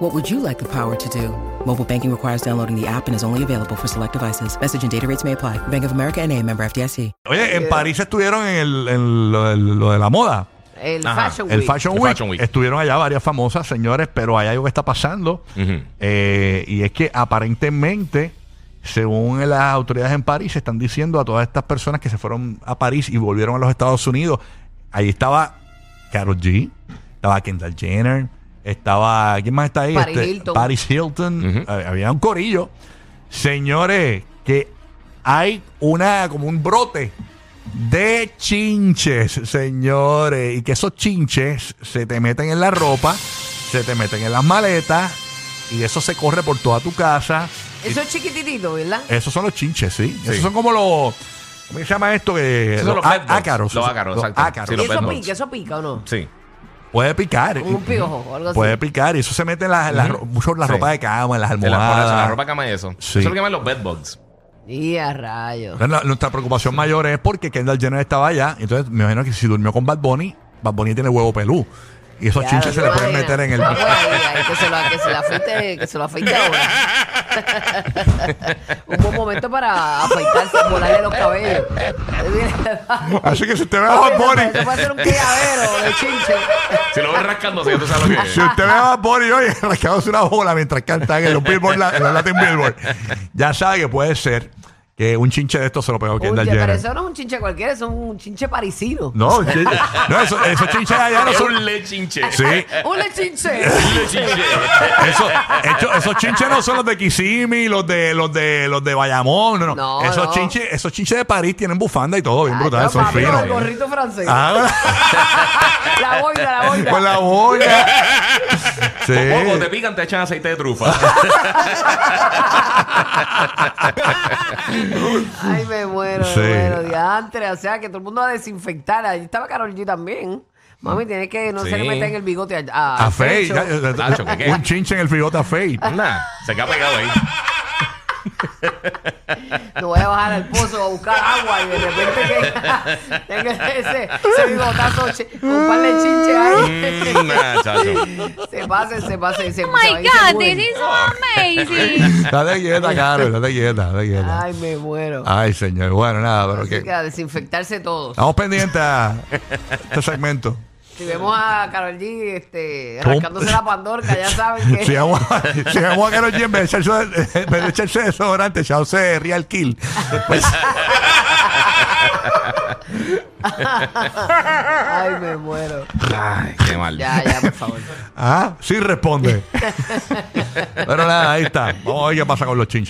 What would you like the power to do? Mobile banking requires downloading the app and is only available for select devices. Message and data rates may apply. Bank of America and a member FDIC. Oye, en París estuvieron en, el- en lo, el- lo de la moda. El Ajá, Fashion Week. El Fashion, El Week. Fashion Week. Estuvieron allá varias famosas, señores, pero hay algo que está pasando. Ujú. Eh, y es que aparentemente, según las autoridades en París, están diciendo a todas estas personas que se fueron a París y volvieron a los Estados Unidos. Ahí estaba Karol G, estaba Kendall Jenner, estaba. ¿Quién más está ahí? Este, Paris Hilton. Paris Hilton. Ujú. Eh, Había un corillo. Señores, que hay una como un brote de chinches, señores. Y que esos chinches se te meten en la ropa, se te meten en las maletas, y eso se corre por toda tu casa. Eso es chiquititito, ¿verdad? Esos son los chinches, ¿sí. Esos Sí. son como los. ¿Cómo se llama esto? Que, Esos son los á- bedbugs. ácaros. Los ácaros, exacto. ácaros. Sí, ¿Y los eso bedbugs. pica, eso pica o no? Sí. Puede picar. Como un piojo o algo así. Puede picar. Y eso se mete en la, en la ro- mucho en la Sí. ropa de cama, en las De la, almohadas. la ropa cama y eso. Sí. Eso lo llaman los bedbugs. Y a rayos. Entonces, la- nuestra preocupación mayor es porque Kendall Jenner estaba allá. Entonces, me imagino que si durmió con Bad Bunny, Bad Bunny tiene huevo pelú. Y esos Ya, chinches se le imagina. pueden meter en el. Ay, ay, ay, que se lo, que se lo afeite, que se lo afeite ahora. Un buen momento para afeitarse, volarle los cabellos. Así que si usted ve a Bad Eso Bunny, puede ser un criadero de chinche. Si lo ves rascándose, ya tú sabes lo que es. si usted ve a Bad Bunny hoy rascándose una bola mientras canta en los Billboard, la- en los Latin Billboard, ya sabe que puede ser que un chinche de estos se lo pegó Un Kendall chi- pero Jenner. eso no es un chinche cualquiera, eso es un chinche parisino. No, ye- no eso- esos chinches allá no Es son. un lechinche. Sí, Un lechinche. Un lechinche. eso- hecho- esos chinches no son los de Kissimmee, los de los de los de Bayamón, no, no. No, esos no. chinches, esos chinches de París tienen bufanda y todo, bien Ay, brutal, no, son papi, finos. El gorrito francés. Ah, La boina, la boina. con la boya. Sí. Ojo, te pican, te echan aceite de trufa. Ay, me muero, Sí. me muero, diantre. O sea, que todo el mundo va a desinfectar. Allí estaba Carol G también. Mami, tienes que no se le Sí. meten el bigote a, a, A al Fey. pecho. ya- ya- Tacho, ¿qué, qué? Un chinche en el frigote a Fey. Nah, se queda pegado ahí. No voy a bajar al pozo a buscar agua y de repente que tengo ese, ese bigotazo, chi- un par de chinches ahí. Mm, nah, chacho. Mm. se pasen, se pasen, se Oh se my van y se God, muden. this is amazing. Dale quieta, Carol, dale quieta, dale quieta. Ay, me muero. Ay, señor. Bueno, nada, pero Así que que. a desinfectarse todos. Estamos pendientes a este segmento. Si vemos a Carol G este, ¿Cómo? rascándose la pandorca, ya saben que. Si vamos a, si vamos a Karol G, en vez de echarse, en vez de echarse desodorante, echarse Real Kill. Pues, Ay, me muero. Ay, qué mal. Ya, ya, por favor. ah, sí responde. Pero nada, ahí está. Vamos a ver qué pasa con los chinches.